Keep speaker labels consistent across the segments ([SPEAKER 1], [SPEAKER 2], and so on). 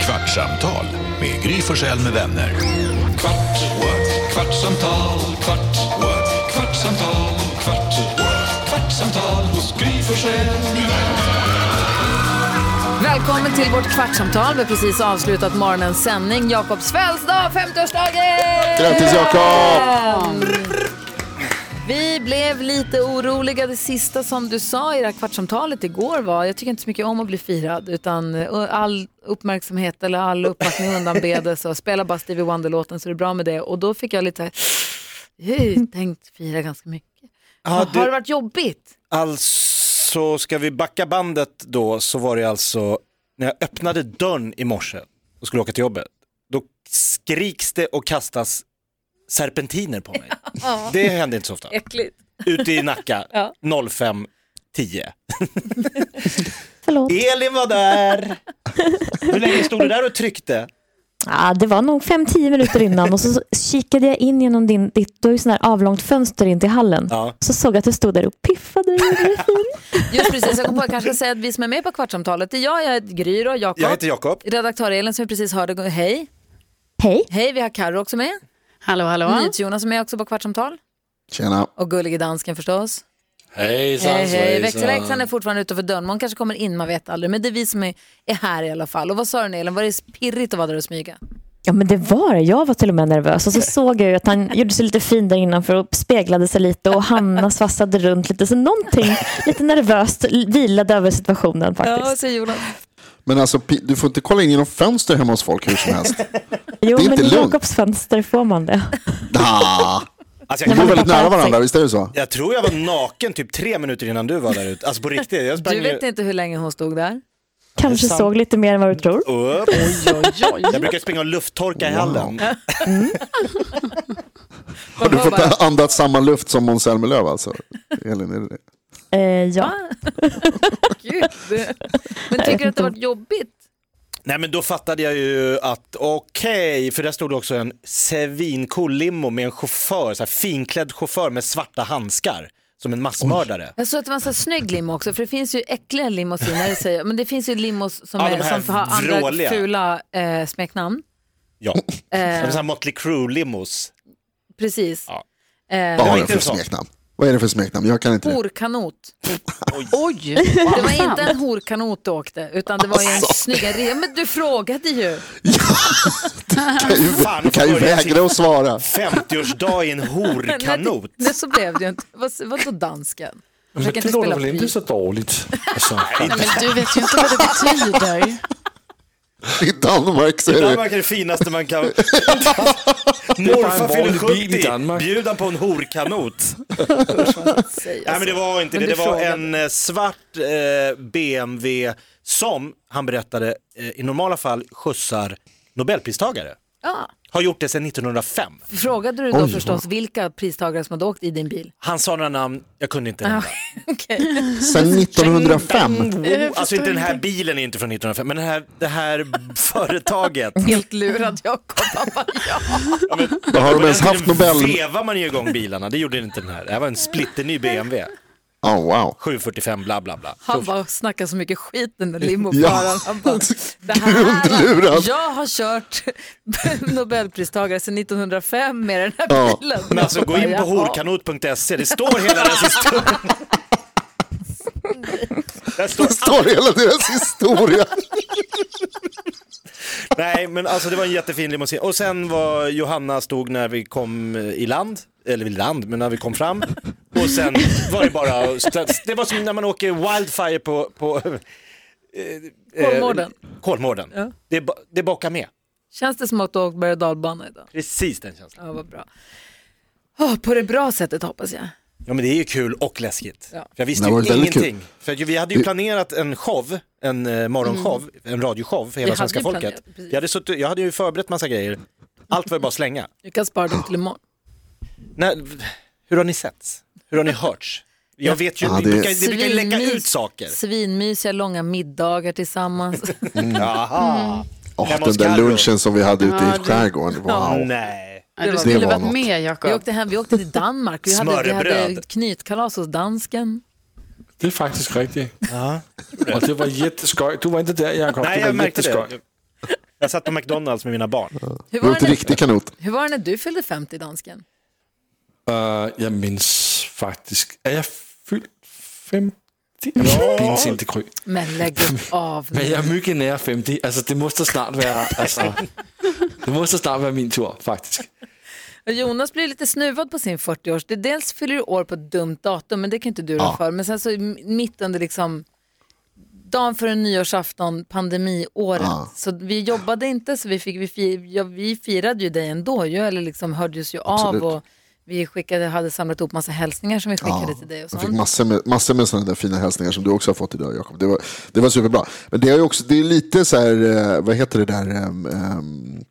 [SPEAKER 1] kvartsamtal med Gry Forssell med vänner. Kvart, what? kvartsamtal, kvart, what? kvartsamtal, kvart, what? kvartsamtal hos Gry Forssell med vänner.
[SPEAKER 2] Välkommen till vårt kvartsamtal. Vi har precis avslutat morgonens sändning. Jakob Svälls dag, 50-årsdagen!
[SPEAKER 3] Grattis, Jakob!
[SPEAKER 2] Vi blev lite oroliga. Det sista som du sa i det här kvartsamtalet igår var, jag tycker inte så mycket om att bli firad, utan eh, all uppmärksamhet eller all uppbackning undanbedes och spela bara Stevie Wonder-låten så det är bra med det. Och då fick jag lite, här, "Hej, tänkt fira ganska mycket.
[SPEAKER 4] Ja,
[SPEAKER 2] Har
[SPEAKER 4] du,
[SPEAKER 2] det varit jobbigt?
[SPEAKER 4] alltså ska vi backa bandet då så var det alltså när jag öppnade dörren i morse och skulle åka till jobbet. Då skriks det och kastas serpentiner på mig. Det hände inte så ofta.
[SPEAKER 2] Äckligt.
[SPEAKER 4] Ute i Nacka
[SPEAKER 2] Ja.
[SPEAKER 4] 05.10. Elin var där. Hur länge stod du där och tryckte?
[SPEAKER 5] Ja, det var nog 5-10 minuter innan och så så kikade jag in genom din, ditt, du har ju sån här avlångt fönster in till hallen.
[SPEAKER 4] Ja.
[SPEAKER 5] Så såg jag att du stod där och piffade dig. Det är fint.
[SPEAKER 2] Just precis, jag kom på, jag kanske ska säga att vi som är med på kvartsamtalet, det är jag, jag heter Gry och Jakob.
[SPEAKER 4] Jag heter Jakob.
[SPEAKER 2] Redaktör Elin som vi precis hörde, gå- hej.
[SPEAKER 5] Hej.
[SPEAKER 2] Hej, vi har Karo också med.
[SPEAKER 6] Hallå, hallå.
[SPEAKER 2] NyhetsJonas som är också på Kvartsamtal.
[SPEAKER 3] Tjena.
[SPEAKER 2] Och gullige dansken förstås.
[SPEAKER 7] Hejsan
[SPEAKER 2] Hej, hej.
[SPEAKER 7] svejsan.
[SPEAKER 2] Växelhäxan är fortfarande utanför dörren. Hon kanske kommer in, man vet aldrig. Men det är vi som är, är här i alla fall. Och vad sa du Elin, var det pirrigt att vara där och smyga?
[SPEAKER 5] Ja men det var det. Jag var till och med nervös och så såg jag ju att han gjorde sig lite fin där innanför och speglade sig lite och Hanna svassade runt lite. Så någonting lite nervöst vilade över situationen faktiskt.
[SPEAKER 2] säger Jonas.
[SPEAKER 3] Men alltså, pi- du får inte kolla in genom fönster hemma hos folk hur som helst.
[SPEAKER 5] Jo
[SPEAKER 3] det är
[SPEAKER 5] men
[SPEAKER 3] inte
[SPEAKER 5] i
[SPEAKER 3] lugnt.
[SPEAKER 5] Jakobs fönster får man det.
[SPEAKER 3] Da.
[SPEAKER 4] Alltså
[SPEAKER 3] Ni
[SPEAKER 4] jag,
[SPEAKER 3] bor
[SPEAKER 4] kan,
[SPEAKER 3] väldigt nära varandra, visst är det så?
[SPEAKER 4] jag tror jag var naken typ tre minuter innan du var där ute. Alltså på riktigt. Jag sprang
[SPEAKER 2] Du vet
[SPEAKER 4] ju
[SPEAKER 2] inte hur länge hon stod där.
[SPEAKER 5] Kanske
[SPEAKER 4] sant.
[SPEAKER 5] såg lite mer än vad du tror.
[SPEAKER 4] upp. Jag brukar springa och lufttorka i hallen.
[SPEAKER 3] Har du
[SPEAKER 2] hör
[SPEAKER 3] fått
[SPEAKER 2] bara-
[SPEAKER 3] andas samma luft som Måns Zelmerlöw alltså? Elin, är det det?
[SPEAKER 5] Eh, ja.
[SPEAKER 2] Gud. Men tycker du att det har varit jobbigt?
[SPEAKER 4] Nej men då fattade jag ju att okej, för där stod det också en svincool limo med en chaufför, så här finklädd chaufför med svarta handskar som en massmördare.
[SPEAKER 2] Jag såg att det var en sån här snygg limo också, för det finns ju äckliga limosiner, säger jag. men det finns ju limos som,
[SPEAKER 4] Ja, de
[SPEAKER 2] är,
[SPEAKER 4] här
[SPEAKER 2] som har andra
[SPEAKER 4] vråliga.
[SPEAKER 2] fula eh, smeknamn.
[SPEAKER 4] Ja, en sån här Motley Crue-limos.
[SPEAKER 2] Precis.
[SPEAKER 4] Ja.
[SPEAKER 2] Eh,
[SPEAKER 3] Vad
[SPEAKER 4] var
[SPEAKER 3] har den
[SPEAKER 4] inte
[SPEAKER 3] för
[SPEAKER 4] så. Oh,
[SPEAKER 3] smeknamn? Vad är det för smeknamn? Jag kan inte det.
[SPEAKER 2] Horkanot.
[SPEAKER 6] Oj,
[SPEAKER 2] Det var inte en horkanot du åkte, utan det var ju en
[SPEAKER 4] Alltså.
[SPEAKER 2] snygg... Ja, Men du frågade ju.
[SPEAKER 4] Fan,
[SPEAKER 3] Du kan ju
[SPEAKER 4] får börja
[SPEAKER 3] vägra att svara.
[SPEAKER 4] 50-årsdag i en horkanot.
[SPEAKER 2] Nej, så blev det ju inte. Vad, vad då dansken? Försök
[SPEAKER 7] Det
[SPEAKER 2] inte
[SPEAKER 7] låter
[SPEAKER 2] spela
[SPEAKER 7] väl inte
[SPEAKER 2] pris.
[SPEAKER 7] så dåligt? Alltså,
[SPEAKER 6] men du vet ju inte vad det betyder.
[SPEAKER 3] I Danmark så är det...
[SPEAKER 4] Danmark är det finaste man kan...
[SPEAKER 7] bara
[SPEAKER 4] Morfar
[SPEAKER 7] en
[SPEAKER 4] fyller
[SPEAKER 7] vanlig bil i
[SPEAKER 4] 70,
[SPEAKER 7] Danmark.
[SPEAKER 4] bjud han på en horkanot. Nej men det var
[SPEAKER 2] Alltså,
[SPEAKER 4] inte det,
[SPEAKER 2] Men
[SPEAKER 4] det
[SPEAKER 2] du
[SPEAKER 4] var
[SPEAKER 2] frågade.
[SPEAKER 4] en eh, svart eh, BMW som, han berättade, eh, i normala fall skjutsar Nobelpristagare.
[SPEAKER 2] Ja.
[SPEAKER 4] Har gjort det sedan 1905.
[SPEAKER 2] Frågade du då förstås vilka pristagare som hade åkt i din bil?
[SPEAKER 4] Han sa några namn, jag kunde
[SPEAKER 2] Ah,
[SPEAKER 4] inte nämna.
[SPEAKER 2] Okej.
[SPEAKER 3] Sedan 1905.
[SPEAKER 4] Alltså inte den här bilen är inte från 1905, men det här, det här företaget.
[SPEAKER 2] Helt lurad Jakob. Han bara, ja.
[SPEAKER 3] Då har
[SPEAKER 4] På
[SPEAKER 3] de ens
[SPEAKER 4] den
[SPEAKER 3] haft
[SPEAKER 4] tiden
[SPEAKER 3] Nobel...
[SPEAKER 4] vevar man ju igång bilarna, det gjorde inte den här. Det här var en splitterny BMW.
[SPEAKER 3] Oh, wow.
[SPEAKER 4] 745 bla bla bla.
[SPEAKER 2] Han bara snackar så mycket skit den där limoföraren.
[SPEAKER 3] Ja.
[SPEAKER 2] Han bara, det
[SPEAKER 3] Grundlurad.
[SPEAKER 2] här, jag har kört Nobelpristagare sedan 1905 med den här
[SPEAKER 3] Ja.
[SPEAKER 2] bilen.
[SPEAKER 4] Men alltså gå in på
[SPEAKER 2] Jaha.
[SPEAKER 4] horkanot.se, det står hela deras historia. Där står
[SPEAKER 3] Det står hela deras historia.
[SPEAKER 4] Nej, men alltså det var en jättefin limousin. Och sen var Johanna stod när vi kom eh, i land, eller i land, men när vi kom fram. Och sen var det bara, att stä- det var som när man åker wildfire på, på eh,
[SPEAKER 2] Kolmården.
[SPEAKER 4] Kolmården. Det, bo- det bockar med.
[SPEAKER 2] Känns det som att du har åkt berg och dalbana idag?
[SPEAKER 4] Precis den känslan.
[SPEAKER 2] Ja, vad bra. Åh, på det bra sättet hoppas jag.
[SPEAKER 4] Ja men det är ju kul och läskigt.
[SPEAKER 2] Ja.
[SPEAKER 4] För jag visste
[SPEAKER 3] Det var
[SPEAKER 4] ju
[SPEAKER 3] väldigt kul.
[SPEAKER 4] ingenting. För att vi hade ju planerat en show, en eh, morgonshow, en radioshow för hela
[SPEAKER 2] Mm. hade
[SPEAKER 4] svenska
[SPEAKER 2] ju
[SPEAKER 4] folket.
[SPEAKER 2] planerat, precis.
[SPEAKER 4] jag, hade suttit, jag hade ju förberett massa grejer. Allt var ju bara att slänga.
[SPEAKER 2] Vi kan spara dem till imorgon.
[SPEAKER 4] Nej, hur har ni sett? Hur har ni hörts? Jag vet ju,
[SPEAKER 3] Ja,
[SPEAKER 4] det,
[SPEAKER 3] det-
[SPEAKER 4] brukar, det brukar ju läcka
[SPEAKER 2] Svinmys-
[SPEAKER 4] ut saker.
[SPEAKER 2] Svinmysiga långa middagar tillsammans.
[SPEAKER 4] Jaha.
[SPEAKER 3] Åh,
[SPEAKER 4] Hemma
[SPEAKER 3] den
[SPEAKER 4] hos
[SPEAKER 3] där
[SPEAKER 4] Carro.
[SPEAKER 3] lunchen som vi hade ute
[SPEAKER 6] Ja,
[SPEAKER 3] i
[SPEAKER 6] det-
[SPEAKER 3] skärgården. Wow.
[SPEAKER 4] Nej.
[SPEAKER 6] Nej, du
[SPEAKER 3] Det
[SPEAKER 6] skulle
[SPEAKER 3] var
[SPEAKER 6] varit
[SPEAKER 3] något.
[SPEAKER 6] med
[SPEAKER 2] Vi
[SPEAKER 6] Jakob.
[SPEAKER 2] åkte, hem, vi åkte till Danmark. Vi hade, vi hade
[SPEAKER 4] Smörrebröd.
[SPEAKER 2] knytkalas hos dansken.
[SPEAKER 7] det är faktiskt riktigt. Ja. Och det var jätteskoj. Du var inte där Jakob,
[SPEAKER 4] Nej,
[SPEAKER 7] det
[SPEAKER 4] jag
[SPEAKER 7] var
[SPEAKER 4] märkte
[SPEAKER 7] jätteskoj.
[SPEAKER 4] det. Jag satt på McDonalds med mina barn.
[SPEAKER 2] Hur
[SPEAKER 3] Det var
[SPEAKER 2] var,
[SPEAKER 3] inte
[SPEAKER 2] det,
[SPEAKER 3] riktigt kanot.
[SPEAKER 2] hur var det när du fyllde 50, dansken?
[SPEAKER 7] Uh, jeg mindes faktisk... Er jeg fyldt 50? Jeg mindes ikke, Gry.
[SPEAKER 2] Men lägg av
[SPEAKER 7] Men jeg er mygge nær 50. Altså, det må da snart være... Altså, det må da snart være min tur, faktisk.
[SPEAKER 2] Och Jonas blir lite snuvad på sin 40-års. Det är dels fyller du år på ett dumt datum, men det kan inte du rå för. Men sen så m- mitt under liksom dagen före nyårsafton, pandemiåret. Så vi jobbade inte, så vi, fick, vi, fi, ja, vi firade ju dig ändå ju, eller liksom hördes ju
[SPEAKER 3] Absolut.
[SPEAKER 2] av. Och vi skickade, hade samlat ihop massa hälsningar som vi skickade till dig och
[SPEAKER 3] Jag fick
[SPEAKER 2] sånt.
[SPEAKER 3] massor med, massor med sådana där fina hälsningar som du också har fått idag, Jakob. Det var, det var superbra. Men det är, ju också, det är lite så här, eh, vad heter det där, em, em,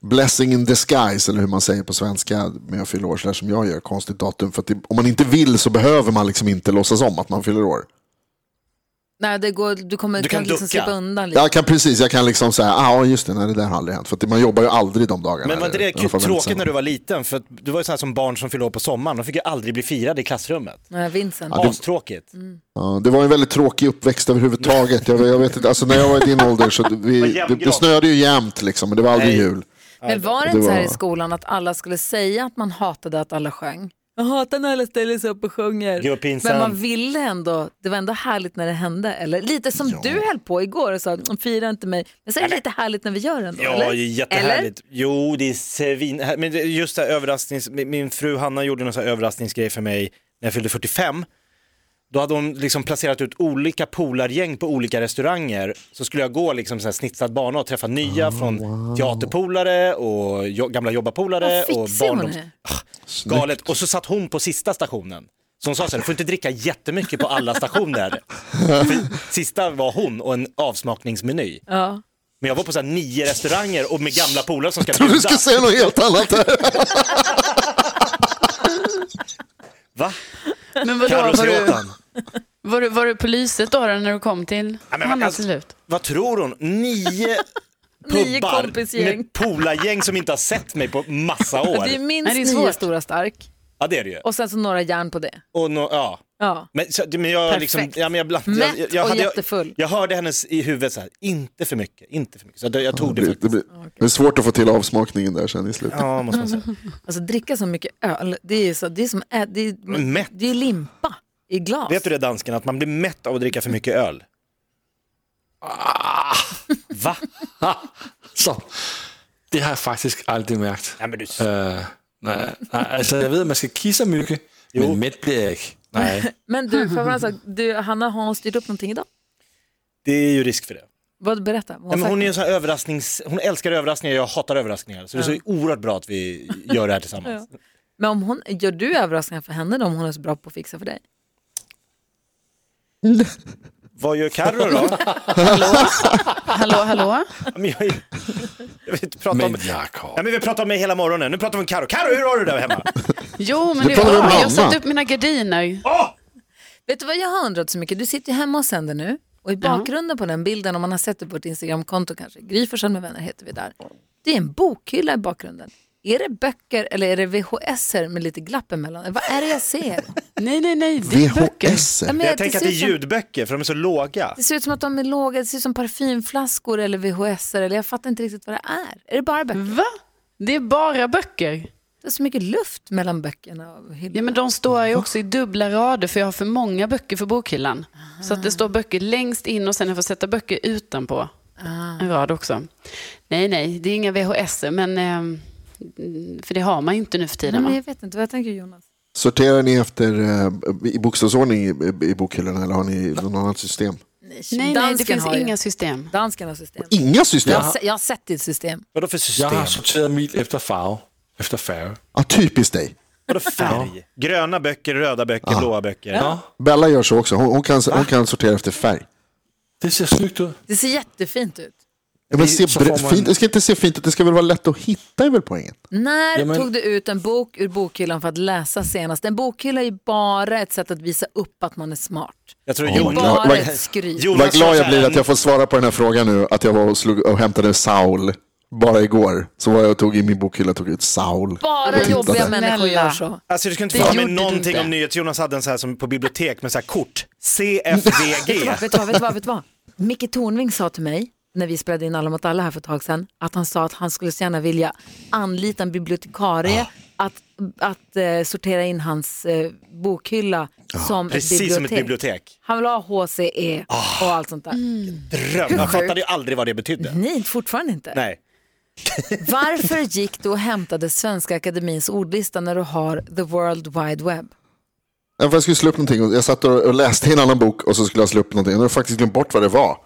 [SPEAKER 3] blessing in disguise, eller hur man säger på svenska, med att fylla år, så där som jag gör, konstigt datum. För att det, om man inte vill så behöver man liksom inte låtsas om att man fyller år.
[SPEAKER 2] Nej, det går, du kommer
[SPEAKER 4] Du
[SPEAKER 2] kan
[SPEAKER 4] kan
[SPEAKER 2] liksom
[SPEAKER 4] ducka.
[SPEAKER 2] slippa undan lite.
[SPEAKER 3] Jag kan precis, jag kan liksom säga, ah, ja, just det, nej, det där har aldrig hänt. För att det- man jobbar ju aldrig de dagarna.
[SPEAKER 4] Men var
[SPEAKER 3] eller
[SPEAKER 4] inte det
[SPEAKER 3] i alla fall väldigt
[SPEAKER 4] tråkigt
[SPEAKER 3] sällan.
[SPEAKER 4] när du var liten? För att du var ju så här som barn som fyllde år på sommaren. De fick ju aldrig bli firade i klassrummet.
[SPEAKER 2] Nej, Vincent.
[SPEAKER 4] Astråkigt.
[SPEAKER 3] Ja, det var en väldigt tråkig uppväxt överhuvudtaget. Jag, jag vet inte, alltså när jag var i din ålder så vi,
[SPEAKER 4] var jämngran.
[SPEAKER 3] det, det snöade ju jämt liksom, men det var aldrig
[SPEAKER 4] Nej.
[SPEAKER 3] jul.
[SPEAKER 2] Men var det
[SPEAKER 3] Det
[SPEAKER 2] inte så här
[SPEAKER 3] var-
[SPEAKER 2] i skolan att alla skulle säga att man hatade att alla sjöng? Jag hatar när alla ställer sig upp och sjunger.
[SPEAKER 4] Det var pinsamt.
[SPEAKER 2] Men man ville ändå, det var ändå härligt när det hände. Eller lite som du höll på igår och sa, "Mm, fira inte mig. Men så är det lite härligt när vi gör det ändå,
[SPEAKER 4] Ja,
[SPEAKER 2] eller?
[SPEAKER 4] det är jättehärligt. Jo, det är svin... Men det- just det här överrasknings... min- Min fru Hanna gjorde någon så här överraskningsgrej för mig när jag fyllde 45. Då hade hon liksom placerat ut olika polargäng på olika restauranger. Så skulle jag gå liksom så här snitsad bana och träffa
[SPEAKER 2] Ah,
[SPEAKER 4] nya från teaterpolare och jo gamla jobbarpolare
[SPEAKER 2] Vad
[SPEAKER 4] Eh, och
[SPEAKER 2] fixig hon
[SPEAKER 4] barndoms...
[SPEAKER 2] är.
[SPEAKER 4] Galet. Och så satt hon på sista stationen. Så hon sa så här, du får inte dricka jättemycket på alla stationer. För sista var hon och en avsmakningsmeny.
[SPEAKER 2] Ja.
[SPEAKER 4] Men jag var på så här nio restauranger och med gamla polare som ska
[SPEAKER 3] Jag trodde du
[SPEAKER 4] bjuda.
[SPEAKER 3] skulle säga något helt annat. Där.
[SPEAKER 4] Va?
[SPEAKER 6] Men vadå, var, du,
[SPEAKER 4] Karusjåtan.
[SPEAKER 6] var, du, var du på lyset då, då när du kom till
[SPEAKER 4] Ja, men
[SPEAKER 6] Hanna
[SPEAKER 4] alltså-
[SPEAKER 6] till slut?
[SPEAKER 4] Vad tror hon? Nio
[SPEAKER 2] Nio
[SPEAKER 4] pubbar
[SPEAKER 2] kompisgäng.
[SPEAKER 4] med polargäng som inte har sett mig på massa
[SPEAKER 2] Det är
[SPEAKER 4] år.
[SPEAKER 2] minst
[SPEAKER 6] Nej, det är
[SPEAKER 2] nio
[SPEAKER 6] svårt.
[SPEAKER 2] stora stark
[SPEAKER 4] Ja det är det ju.
[SPEAKER 2] och sen så några järn på det.
[SPEAKER 4] Och nå- ja.
[SPEAKER 2] Ja.
[SPEAKER 4] Men, så, men jag liksom,
[SPEAKER 2] Perfekt.
[SPEAKER 4] ja, men jag, bland-
[SPEAKER 2] Mätt
[SPEAKER 4] jag, jag, jag,
[SPEAKER 2] och
[SPEAKER 4] hade-
[SPEAKER 2] jättefull.
[SPEAKER 4] Jag, jag hörde hennes i huvudet så här, inte för mycket, inte för mycket. Så jag, jag tog
[SPEAKER 3] Det,
[SPEAKER 4] det
[SPEAKER 3] blir, det,
[SPEAKER 4] faktiskt.
[SPEAKER 3] blir, det är svårt att få till avsmakningen där sen i slutet.
[SPEAKER 4] Ja, måste man säga.
[SPEAKER 2] Alltså dricka så mycket öl, det är ju så, det är som, ä- det är,
[SPEAKER 4] Men mätt.
[SPEAKER 2] det är limpa i glas.
[SPEAKER 4] Vet du det dansken, att man blir mätt av att dricka för mycket öl? Va?
[SPEAKER 7] Ah, Så, det har jeg faktisk aldrig mærket.
[SPEAKER 4] Ja, men du...
[SPEAKER 7] Øh, nej, nej, altså, jeg ved, at man skal kisse og mygge, men mæt bliver jeg ikke. Nej.
[SPEAKER 2] Men du, får jag bara säga, du, Hanna, har hon styrt upp någonting idag?
[SPEAKER 4] Det är ju risk för det.
[SPEAKER 2] Vad berätta?
[SPEAKER 4] Nej, men
[SPEAKER 2] sagt
[SPEAKER 4] hon, är en sån här överrasknings... hon älskar överraskningar, jag hatar överraskningar. Så det är så oerhört bra att vi gör det här tillsammans.
[SPEAKER 2] Men om hon, gör du överraskningar för henne då, om hon är så bra på att fixa för dig?
[SPEAKER 4] Vad gör Carro då?
[SPEAKER 6] Hallå, hallå?
[SPEAKER 4] Ja, men jag, jag vill inte prata om...
[SPEAKER 7] Men Jakob.
[SPEAKER 4] Ja, men vi pratar om mig hela morgonen, nu pratar vi om Carro. Carro, hur har du det där hemma?
[SPEAKER 6] Jo, men
[SPEAKER 3] Du
[SPEAKER 6] nu,
[SPEAKER 3] pratar om
[SPEAKER 6] ja,
[SPEAKER 3] mamma.
[SPEAKER 6] jag satte upp mina gardiner.
[SPEAKER 2] Vet du vad jag har undrat så mycket? Du sitter ju hemma och sänder nu och i bakgrunden på den bilden, om man har sett det på ett Instagramkonto kanske, Gry Forssell med vänner heter vi där. Det är en bokhylla i bakgrunden. Är det böcker eller är det VHS med lite glapp emellan? Vad är det jag ser?
[SPEAKER 6] Nej, nej, nej, det är böcker.
[SPEAKER 3] VHS.
[SPEAKER 2] Ja, men
[SPEAKER 4] Jag tänker att
[SPEAKER 2] ser
[SPEAKER 4] det är
[SPEAKER 2] ut som-
[SPEAKER 4] ljudböcker, för de är så låga.
[SPEAKER 2] Det ser ut som att de är låga, det ser ut som parfymflaskor eller VHS eller jag fattar inte riktigt vad det är. Är det bara böcker?
[SPEAKER 6] Va? Det är bara böcker.
[SPEAKER 2] Det är så mycket luft mellan böckerna och hyllorna.
[SPEAKER 6] Ja, men de står ju också i dubbla rader för jag har för många böcker för bokhyllan. Så att det står böcker längst in och sen jag får sätta böcker utanpå
[SPEAKER 2] Ah.
[SPEAKER 6] en rad också. Nej, nej, det är inga VHS, men eh, för det har man ju inte nu för
[SPEAKER 2] Nej,
[SPEAKER 6] tiden.
[SPEAKER 2] men
[SPEAKER 6] Va?
[SPEAKER 2] jag vet inte, vad tänker Jonas?
[SPEAKER 3] Sorterar ni efter eh, i bokstavsordning i, i- i bokhyllorna eller har ni något annat system?
[SPEAKER 6] Nej, nej, det
[SPEAKER 2] Dansken
[SPEAKER 6] finns
[SPEAKER 2] har ju-
[SPEAKER 6] inga system.
[SPEAKER 2] Dansken har system.
[SPEAKER 3] Inga system?
[SPEAKER 2] Jag, har se- jag har sett ditt system.
[SPEAKER 4] Vadå för system?
[SPEAKER 7] Jeg har sorteret mit efter farve. Efter färg.
[SPEAKER 3] Ja, typiskt dig.
[SPEAKER 4] Vadå färg? Gröna böcker, röda böcker, blåa böcker.
[SPEAKER 7] Ja,
[SPEAKER 3] Bella gör så också. Hon, hon, kan, hon kan sortera efter färg.
[SPEAKER 7] det ser snygt ud.
[SPEAKER 2] Det ser jättefint ut.
[SPEAKER 3] Ja, men
[SPEAKER 7] Det-
[SPEAKER 3] se,
[SPEAKER 7] så får
[SPEAKER 3] bre-
[SPEAKER 7] man-
[SPEAKER 3] fint, det ska inte se fint ut, det ska väl vara lätt att hitta är väl poängen?
[SPEAKER 2] När
[SPEAKER 7] Ja, men-
[SPEAKER 2] tog du ut en bok ur bokhyllan för att läsa senast? En bokhylla är ju bara ett sätt att visa upp att man är smart.
[SPEAKER 4] Jag tror
[SPEAKER 3] my
[SPEAKER 4] Jonas...
[SPEAKER 3] God.
[SPEAKER 2] Bara
[SPEAKER 3] vad-
[SPEAKER 2] ett skryt.
[SPEAKER 4] Jonas
[SPEAKER 3] Vad glad
[SPEAKER 4] sa så
[SPEAKER 3] jag
[SPEAKER 4] här,
[SPEAKER 3] blir att jag får svara på den här frågan nu, att jag var och, slog, och hämtade Saul bara igår. Så var jag och tog i min bokhylla och tog ut Saul.
[SPEAKER 2] Bara
[SPEAKER 3] Jag tittade.
[SPEAKER 2] jobbiga människor gör
[SPEAKER 6] Snälla.
[SPEAKER 2] så.
[SPEAKER 4] Alltså du ska inte
[SPEAKER 6] Det
[SPEAKER 4] få med
[SPEAKER 6] gjorde du
[SPEAKER 4] någonting
[SPEAKER 6] inte.
[SPEAKER 4] om nyhets... Jonas hade en så här som på bibliotek med så här kort. CFDG.
[SPEAKER 2] Vet du vad, vet du vad, vet du vad? Micke Tornving sa till mig när vi spelade in Alla mot alla här för ett tag sedan, att han sa att han skulle så gärna vilja anlita en bibliotekarie att, att eh, sortera in hans eh, bokhylla som, ett
[SPEAKER 4] Precis som ett bibliotek.
[SPEAKER 2] Han vill ha HCE och allt sånt där.
[SPEAKER 4] Dröm. Jag fattade ju aldrig vad det betydde.
[SPEAKER 2] Nej, fortfarande inte.
[SPEAKER 4] Nej.
[SPEAKER 2] Varför gick du och hämtade Svenska Akademins ordlista när du har the world wide web?
[SPEAKER 3] Ja, för Jag skulle slå upp någonting. och Jag satt och och läste i en annan bok och så skulle jag slå upp någonting. Och jag har faktiskt glömt bort vad det var.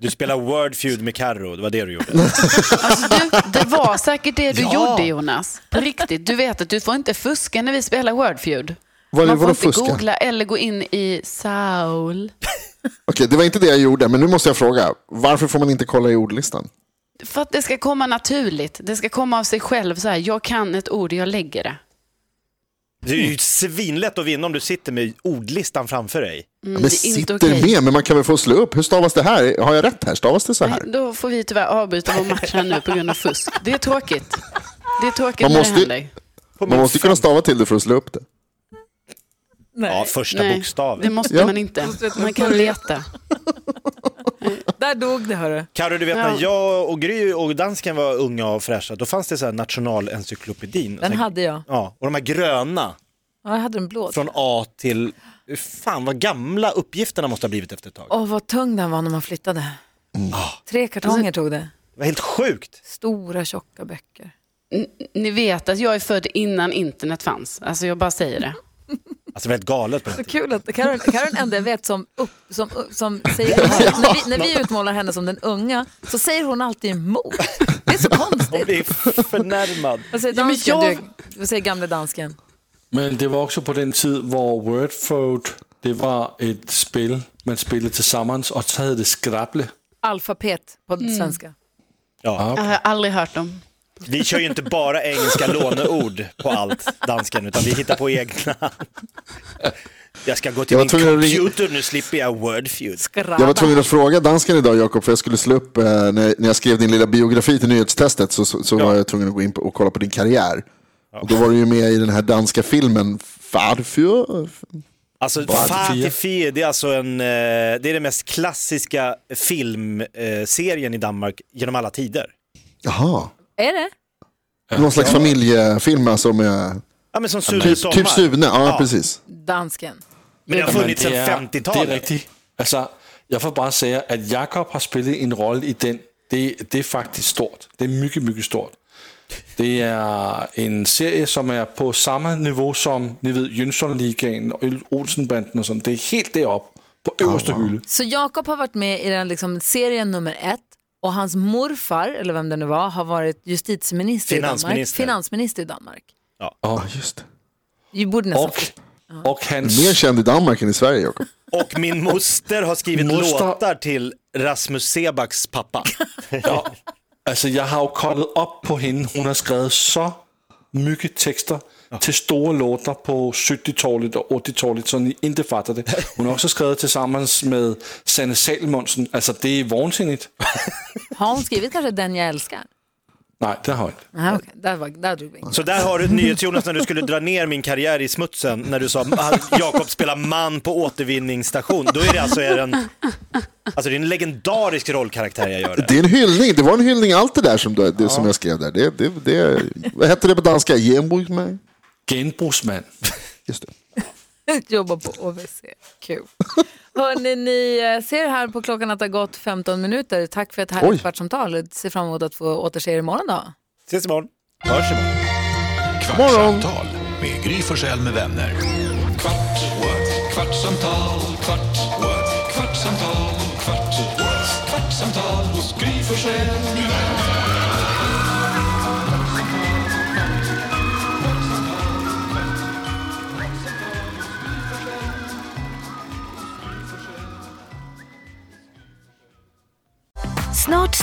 [SPEAKER 4] Du spelar Word Feud med Carro, det var det du gjorde.
[SPEAKER 6] Alltså, du, det var säkert det du gjorde Jonas. På riktigt. Du vet att du får inte fuska när vi spelar Wordfeud.
[SPEAKER 3] Vad-
[SPEAKER 6] Man får
[SPEAKER 3] vadå
[SPEAKER 6] inte
[SPEAKER 3] fuska?
[SPEAKER 6] googla eller gå in i Saul.
[SPEAKER 3] Okej, det var inte det jag gjorde, men nu måste jag fråga. Varför får man inte kolla i ordlistan?
[SPEAKER 6] För att det ska komma naturligt. Det ska komma av sig själv. Så här, jag kan ett ord, jag lägger det. Mm,
[SPEAKER 4] Det är ju svinlätt att vinna om du sitter med ordlistan framför dig.
[SPEAKER 3] Mm,
[SPEAKER 6] det
[SPEAKER 3] men
[SPEAKER 6] är inte
[SPEAKER 3] sitter
[SPEAKER 6] okej.
[SPEAKER 3] med, men man kan väl få slå upp. Hur stavas det här? Har jag rätt här? Stavas det så
[SPEAKER 6] Nej,
[SPEAKER 3] här?
[SPEAKER 6] då får vi tyvärr avbryta vår match här nu på grund av fusk. Det är tråkigt. Det är tråkigt
[SPEAKER 3] Man
[SPEAKER 6] när
[SPEAKER 3] måste
[SPEAKER 6] det
[SPEAKER 3] ju-
[SPEAKER 6] händer.
[SPEAKER 4] På
[SPEAKER 3] Man
[SPEAKER 4] min
[SPEAKER 3] måste ju kunna stava till det för att slå upp det.
[SPEAKER 4] Ja, första
[SPEAKER 6] Nej, Det
[SPEAKER 4] bokstaven.
[SPEAKER 6] måste
[SPEAKER 3] Ja.
[SPEAKER 6] man inte. Man kan leta.
[SPEAKER 2] Där dog det hörru.
[SPEAKER 4] Carro, du vet
[SPEAKER 6] Ja.
[SPEAKER 4] när jag och Gry och dansken var unga och fräscha, då fanns det så här nationalencyklopedin.
[SPEAKER 2] Den
[SPEAKER 4] Så här-
[SPEAKER 2] hade jag.
[SPEAKER 4] Ja, och de här gröna,
[SPEAKER 2] Ja, jag hade en blå.
[SPEAKER 4] från A till... Fan vad gamla uppgifterna måste ha blivit efter ett tag.
[SPEAKER 2] Åh, vad tung den var när man flyttade. Mm. Tre kartonger tog det.
[SPEAKER 4] Det var helt sjukt.
[SPEAKER 2] Stora tjocka böcker.
[SPEAKER 6] N- Ni vet att jag är född innan internet fanns. Alltså jag bara säger det.
[SPEAKER 4] Alltså det var helt galet på den
[SPEAKER 2] Så
[SPEAKER 4] tiden.
[SPEAKER 2] kul att Karin, Karin är enda jag vet som, upp, som, upp, som säger när, vi, när vi utmålar henne som den unga så säger hon alltid emot. Det är så
[SPEAKER 4] Hon
[SPEAKER 2] konstigt.
[SPEAKER 4] blir förnärmad.
[SPEAKER 2] Vad säger
[SPEAKER 6] Ja, men
[SPEAKER 2] dansken?
[SPEAKER 6] jag-
[SPEAKER 2] Du, vad säger gamle dansken?
[SPEAKER 7] Men det var också på den tid, hvor Wordfeud, det var ett spel, man spelade tillsammans och så hette det Skrabble.
[SPEAKER 2] Alfabet på svenska.
[SPEAKER 4] Ja.
[SPEAKER 6] Jag har aldrig hört om.
[SPEAKER 4] Vi kör ju inte bara engelska låneord på allt, dansken, utan vi hittar på egna. Jag ska gå till
[SPEAKER 3] Jag
[SPEAKER 4] min
[SPEAKER 3] var tvungen att ringa-
[SPEAKER 4] computer, nu slipper jag wordfeud.
[SPEAKER 3] Jag var
[SPEAKER 2] Grabbar.
[SPEAKER 3] tvungen att fråga dansken idag, Jakob, för jag skulle slå upp, eh, när, när jag skrev din lilla biografi till nyhetstestet, så, så, så var jag tvungen att gå in på, och kolla på din karriär. Och då var du ju med i den här danska filmen Farfur.
[SPEAKER 4] Alltså
[SPEAKER 7] Bara Fie.
[SPEAKER 4] Fatifie, det är alltså en, eh, det är den mest klassiska filmserien i Danmark genom alla tider.
[SPEAKER 3] Jaha,
[SPEAKER 2] Är det?
[SPEAKER 3] någon slags familjefilm alltså med...
[SPEAKER 4] Ja men som Sune i
[SPEAKER 3] Typ,
[SPEAKER 4] sommar.
[SPEAKER 3] typ Sune, ja,
[SPEAKER 4] Ja.
[SPEAKER 3] precis.
[SPEAKER 2] Dansken.
[SPEAKER 4] Men det har
[SPEAKER 7] Men
[SPEAKER 4] funnits
[SPEAKER 7] det er-
[SPEAKER 4] sedan
[SPEAKER 7] Det er
[SPEAKER 4] 50-talet.
[SPEAKER 7] rigtigt. Altså, jeg får bare sige, at Jakob har spillet en rolle i den. Det, det er faktisk stort. Det er mygge, mygge stort. Det er en serie, som er på samme niveau som, ni ved, Jønssonligaen og Olsenbanden og sådan. Det er helt deroppe på øverste hylde.
[SPEAKER 2] Så Jakob har varit med i den liksom, serien nummer ett och hans morfar, eller vem det nu var, har varit justitieminister i Danmark.
[SPEAKER 4] Finansminister.
[SPEAKER 2] Finansminister i Danmark.
[SPEAKER 3] Ja, just det.
[SPEAKER 2] Vi borde nästan...
[SPEAKER 7] Og, og hans...
[SPEAKER 3] Mer känd i Danmark än i Sverige, Jakob.
[SPEAKER 4] Och min moster har skrivit
[SPEAKER 7] Moster-
[SPEAKER 4] låtar till Rasmus Sebaks pappa.
[SPEAKER 7] Ja, altså, jeg har jo kollet op på hende. Hun har skrevet så mygge tekster til store låter på 70-tallet og 80-tallet, så I ikke fatter det. Hun har også skrevet til sammen med Sanne Salmonsen. Altså, det er vognsindigt.
[SPEAKER 2] Har hon skrivit kanske Den jag älskar?
[SPEAKER 7] Nej, det har jeg ikke.
[SPEAKER 2] Nej, okej. Där, var, där drog vi in.
[SPEAKER 4] Så där har du ett NyhetsJonas när du skulle dra ner min karriär i smutsen när du sa att Jakob spelar man på återvinningsstation. Då är det alltså är en, alltså det är en legendarisk rollkaraktär jag gör. Där.
[SPEAKER 3] Det är en hyllning, det var en hyllning, allt det där som, du, det, som jag skrev där. Det, det, det, vad hette det på danska? Genburg mig?
[SPEAKER 7] Genbrugsmand.
[SPEAKER 3] Just det.
[SPEAKER 2] Jobba på OVC. Kul. Hörrni, ni eh, ser här på klockan att det har gått 15 minuter. Tack för ett
[SPEAKER 3] Oj.
[SPEAKER 2] härligt kvartssamtal. Ser fram emot att få återse er imorgon då.
[SPEAKER 4] Ses imorgon. Hörs imorgon.
[SPEAKER 1] Kvartsamtal med Gry Forssell med vänner. Kvart, what? kvartsamtal, kvart, what? kvartsamtal, kvart, what? kvartsamtal hos Gry Forssell med vänner.
[SPEAKER 8] Snart